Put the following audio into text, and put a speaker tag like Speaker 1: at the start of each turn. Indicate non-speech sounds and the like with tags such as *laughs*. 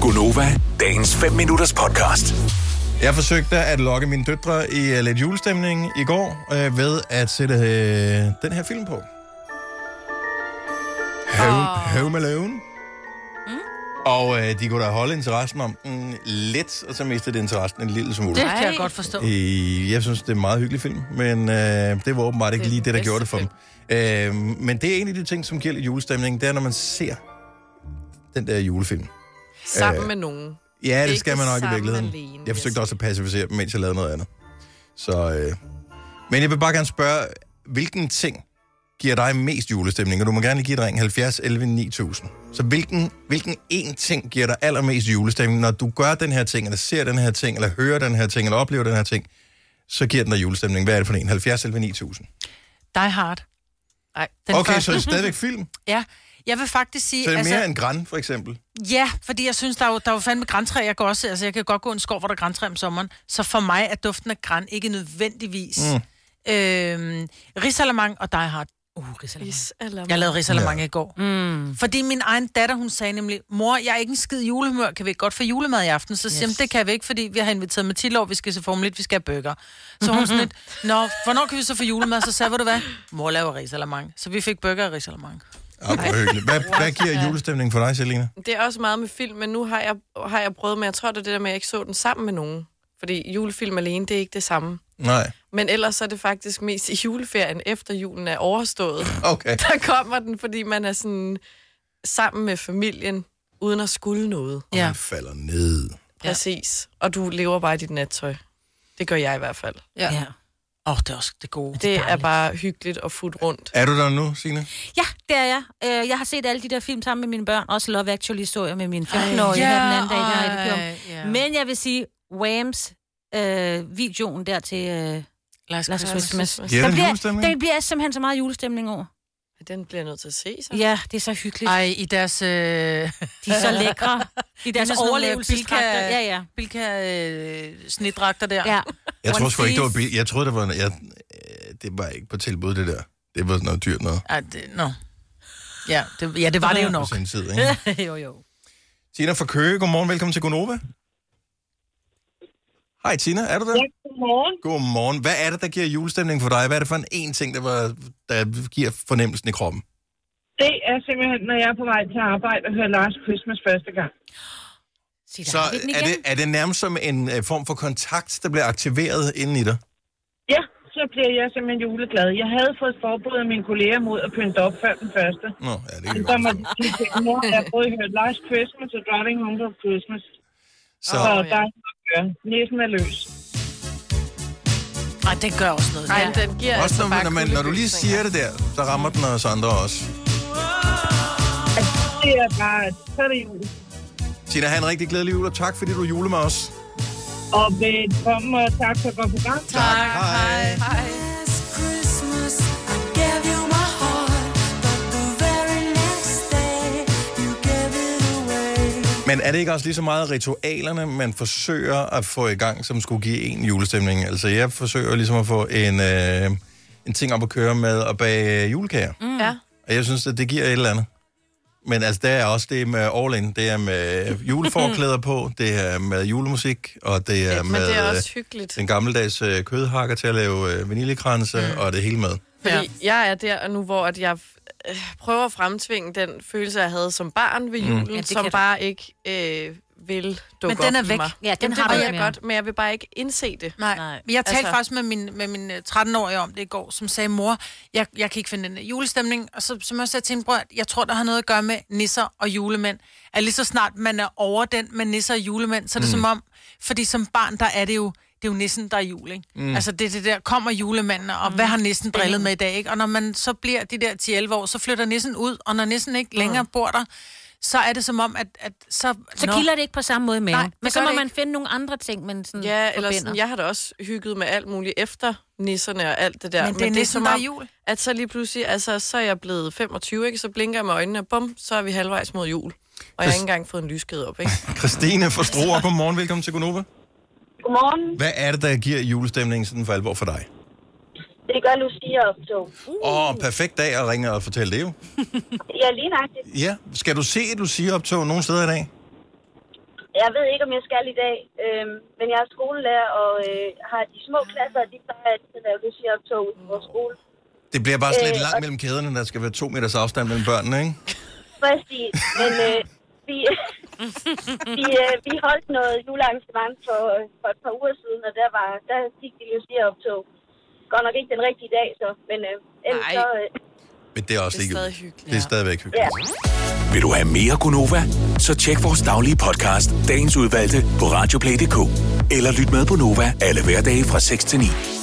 Speaker 1: Gunova, dagens 5 minutters podcast.
Speaker 2: Jeg forsøgte at lokke mine døtre i øh, lidt julestemning i går øh, ved at sætte øh, den her film på.
Speaker 3: Ah.
Speaker 2: Home oh. Alone. Mm. Og øh, de kunne da holde interessen om den lidt, og så mistede det interessen en lille smule.
Speaker 3: Det kan jeg godt forstå.
Speaker 2: Øh, jeg synes, det er en meget hyggelig film, men øh, det var åbenbart ikke
Speaker 3: Det er
Speaker 2: lige det, der
Speaker 3: den
Speaker 2: gjorde det
Speaker 3: bedste
Speaker 2: for dem. Øh, men det er en af de ting, som giver lidt julestemning, det er, når man ser den der julefilm.
Speaker 4: Sammen med nogen.
Speaker 2: Ja, det
Speaker 4: Ikke
Speaker 2: skal man nok i
Speaker 4: sammen
Speaker 2: virkeligheden.
Speaker 4: alene, vil
Speaker 2: Jeg
Speaker 4: jeg
Speaker 2: forsøgte
Speaker 4: sige.
Speaker 2: også at pacificere dem, mens jeg lavede noget andet. Så, øh. Men jeg vil bare gerne spørge, hvilken ting giver dig mest julestemning? Og du må gerne lige give et ring 70 11 9000. Så hvilken, hvilken én ting giver dig allermest julestemning? Når du gør den her ting, eller ser den her ting, eller hører den her ting, eller oplever den her ting, så giver den dig julestemning. Hvad er det for en? 70 11 9000.
Speaker 3: Die Hard. Nej, den
Speaker 2: Okay,
Speaker 3: første. Mhm.
Speaker 2: så er det stadigvæk film.
Speaker 3: Ja, jeg vil faktisk sige... altså,
Speaker 2: Så er det
Speaker 4: altså-
Speaker 2: mere end græn, for eksempel.
Speaker 3: Ja, fordi jeg synes, der er jo, der er jo fandme græntræer. Jeg, går også, altså, jeg kan godt gå i en skov, hvor der er græntræer om sommeren. Så for mig er duften af græn ikke nødvendigvis... Mm. Øhm, risalamang og Die Hard. Uh, risalamang.
Speaker 4: Is eller
Speaker 3: Jeg lavede risalamang ja. i går. Mm. Fordi min egen datter, hun sagde nemlig, mor, jeg er ikke en skid julehumør, kan vi ikke godt få julemad i aften? Så siger yes. det kan vi ikke, fordi vi har inviteret Mathilde over, vi skal se Formel 1, vi skal have burger. Så hun sådan lidt, nå, hvornår kan vi så få julemad? Så sagde, ved du hvad, mor laver risalamang. Så vi fik burger og risalamang.
Speaker 2: Ah, hvor hyggeligt. Hvad, hvad giver julestemning for dig, Selina?
Speaker 4: Det er også meget med film, men nu har jeg, har jeg prøvet med, jeg tror, det er det der med, at jeg ikke så den sammen med nogen. Fordi julefilm alene, det er ikke det samme.
Speaker 2: Nej.
Speaker 4: Men ellers så er det faktisk mest i juleferien, efter julen er overstået. *laughs*
Speaker 2: Okay.
Speaker 4: Der kommer den, fordi man er sådan sammen med familien, uden at skulle noget.
Speaker 2: Ja.
Speaker 3: Ja.
Speaker 2: Han falder ned.
Speaker 4: Præcis. Og du lever bare i dit nattøj. Det gør jeg i hvert fald.
Speaker 3: Ja. Åh, ja. oh, det er også det gode.
Speaker 4: Det er
Speaker 3: dejligt.
Speaker 4: bare hyggeligt og fuldt rundt.
Speaker 2: Er du der nu, Signe?
Speaker 5: Ja, det er jeg. Øh, Jeg har set alle de der film sammen med mine børn. Også Love Actually så jeg med min 15-årige her den anden dag, der er i det gjorde.
Speaker 3: ja.
Speaker 5: Men jeg vil sige, Whams øh, videoen der til øh,
Speaker 3: Lars
Speaker 5: Last Christmas.
Speaker 4: Christmas.
Speaker 2: Giver
Speaker 5: Den
Speaker 2: den
Speaker 5: bliver,
Speaker 2: julestemning?
Speaker 5: den bliver simpelthen så meget julestemning over.
Speaker 4: Den bliver jeg nødt til at se, så.
Speaker 5: Ja, det er så hyggeligt.
Speaker 3: Ej, i deres... *laughs* Øh,
Speaker 5: De er så
Speaker 3: *laughs*
Speaker 5: lækre. De
Speaker 3: er
Speaker 5: deres
Speaker 3: sådan nogle, øh,
Speaker 5: overlevelsesdragter.
Speaker 3: bilka-
Speaker 5: Ja, ja.
Speaker 3: hvilke øh, snidragter der.
Speaker 5: ja.
Speaker 2: Jeg tror
Speaker 3: One
Speaker 2: sgu ikke, det var
Speaker 3: Piece.
Speaker 2: bil. Jeg troede, det var... Jeg, øh, det var ikke på tilbud, det der. Det var sådan noget dyrt noget.
Speaker 3: Ej, det, no. ja, det, ja, det var det jo
Speaker 2: På
Speaker 3: nok.
Speaker 2: sin tid, ikke?
Speaker 5: *laughs* jo, jo.
Speaker 2: Tina fra Køge, godmorgen. Velkommen til Gonova. Hej Tina, er du der?
Speaker 6: Ja, godmorgen.
Speaker 2: Godmorgen. Hvad er det, der giver julestemning for dig? Hvad er det for en en ting, der, var, der giver fornemmelsen i kroppen?
Speaker 6: Det er simpelthen, når jeg er på vej til arbejde og hører Last Christmas første gang.
Speaker 5: Sig,
Speaker 2: Så er det, er det nærmest som en øh, form for kontakt, der bliver aktiveret inde i dig?
Speaker 6: Ja, så bliver jeg simpelthen juleglad. Jeg havde fået forbud af mine kolleger mod at pynte op før den første.
Speaker 2: Nå, ja, det kan
Speaker 6: Men
Speaker 2: jeg
Speaker 6: så
Speaker 2: godt
Speaker 6: må
Speaker 2: forstå.
Speaker 6: de tænke, mor, jeg har både hørt Last Christmas og Driving Home for Christmas.
Speaker 2: Så,
Speaker 6: Så
Speaker 4: Åh, ja.
Speaker 6: der er noget at gøre. Næsen er løs.
Speaker 3: Nej, det gør også noget.
Speaker 4: Ej,
Speaker 3: Ja.
Speaker 4: den giver
Speaker 2: også
Speaker 4: altså
Speaker 2: når,
Speaker 4: bare
Speaker 2: når, man, når du lige siger det der, så rammer den os andre også.
Speaker 6: Altså, det er bare, så er det jul.
Speaker 2: Tina, have en rigtig glædelig jul, og tak fordi du jule med os.
Speaker 6: Og velkommen og tak for et godt program.
Speaker 2: Tak. Hej. Men er det ikke også lige så meget ritualerne, man forsøger at få i gang, som skulle give en julestemning? Altså, jeg forsøger ligesom at få en, øh, en ting op at køre med og bage julekager. Mm.
Speaker 4: Ja.
Speaker 2: Og jeg synes, at det giver et eller andet. Men altså, der er også det med all in. Det er med juleforklæder på, det er med julemusik, og det er
Speaker 4: Ja, men
Speaker 2: med
Speaker 4: det er også
Speaker 2: øh,
Speaker 4: hyggeligt.
Speaker 2: den gammeldags øh, kødhakker til at lave øh, vaniljekranse mm. og det hele med.
Speaker 4: Fordi ja. jeg er der nu, hvor at jeg øh, prøver at fremtvinge den følelse, jeg havde som barn ved julen, mm. ja,
Speaker 5: det
Speaker 4: som
Speaker 5: kan du.
Speaker 4: bare ikke øh, vil dukke
Speaker 3: Men den
Speaker 4: op
Speaker 3: er
Speaker 4: i
Speaker 3: væk.
Speaker 4: Mig.
Speaker 5: Ja, den
Speaker 4: Jamen,
Speaker 5: har
Speaker 4: det
Speaker 5: du
Speaker 4: ved
Speaker 5: ikke
Speaker 4: jeg
Speaker 5: mere.
Speaker 4: godt, men jeg vil bare ikke indse det.
Speaker 3: Nej. Nej.
Speaker 5: Nej.
Speaker 3: Jeg talte altså...
Speaker 4: Altså-
Speaker 3: faktisk med min, med min øh, 13-årige om det i går, som sagde, mor, jeg, jeg kan ikke finde den her julestemning. Og så, som jeg også sagde til hende, bror, jeg tror, der har noget at gøre med nisser og julemænd. At lige så snart man er over den med nisser og julemænd, så er det mm. som om, fordi som barn, der er det jo, det er jo nissen, der er jul, ikke? Mm. Altså det, er det der, kommer julemanden, og mm. hvad har nissen drillet med i dag, ikke? Og når man så bliver de der 10-11 år, så flytter nissen ud, og når nissen ikke længere mm. bor der, så er det som om, at, at så...
Speaker 5: Så
Speaker 3: Nå.
Speaker 5: kilder det ikke på samme måde i maven.
Speaker 3: Nej, det
Speaker 5: Men så
Speaker 3: gør
Speaker 5: må
Speaker 3: det
Speaker 5: man
Speaker 3: ikke.
Speaker 5: finde nogle andre ting, man sådan
Speaker 4: Ja, eller
Speaker 5: forbinder.
Speaker 4: sådan, jeg har da også hygget med alt muligt efter nisserne og alt det der.
Speaker 3: Men det er
Speaker 4: så
Speaker 3: nissen, der er
Speaker 4: meget-
Speaker 3: jul.
Speaker 4: At så lige pludselig, altså så er jeg blevet 25, ikke? så blinker jeg med øjnene, og bum, så er vi halvvejs mod jul. Og jeg har ikke engang fået en lyskæde op, ikke?
Speaker 2: Christine fra Struer, godmorgen, velkommen til Gonova.
Speaker 6: Godmorgen.
Speaker 2: Hvad er det, der giver julestemningen sådan for alvor for dig?
Speaker 6: Det gør Lucia optog.
Speaker 2: Åh, oh, perfekt dag at ringe og fortælle det jo.
Speaker 6: Ja, lige nøjagtigt.
Speaker 2: Ja, skal du se et Lucia-optog nogen steder i dag?
Speaker 7: Jeg ved ikke, om jeg skal i dag, øhm, men jeg er skolelærer og øh, har de små klasser, og de plejer altid at lave lucia-optog ude på vores skole.
Speaker 2: Det bliver bare sådan lidt
Speaker 7: Øh,
Speaker 2: langt
Speaker 7: og-
Speaker 2: mellem kæderne, der skal være to meters afstand mellem børnene, ikke?
Speaker 7: Præcis, men øh, vi, *laughs* vi, øh, vi holdt noget julearrangement for, øh, for et par uger siden, og der, var, der gik de lucia-optog. Godt nok ikke den rigtige dag, så, men øh, ellers
Speaker 4: Nej.
Speaker 7: så... Øh,
Speaker 2: Men det er også
Speaker 4: Det er
Speaker 2: ikke...
Speaker 4: stadig hyggeligt.
Speaker 2: Det er stadigvæk hyggeligt.
Speaker 7: ja.
Speaker 1: Vil du have mere Gunova? Så tjek vores daglige podcast, dagens udvalgte, på radioplay.dk. Eller lyt med på Nova alle hverdage fra 6 til 9.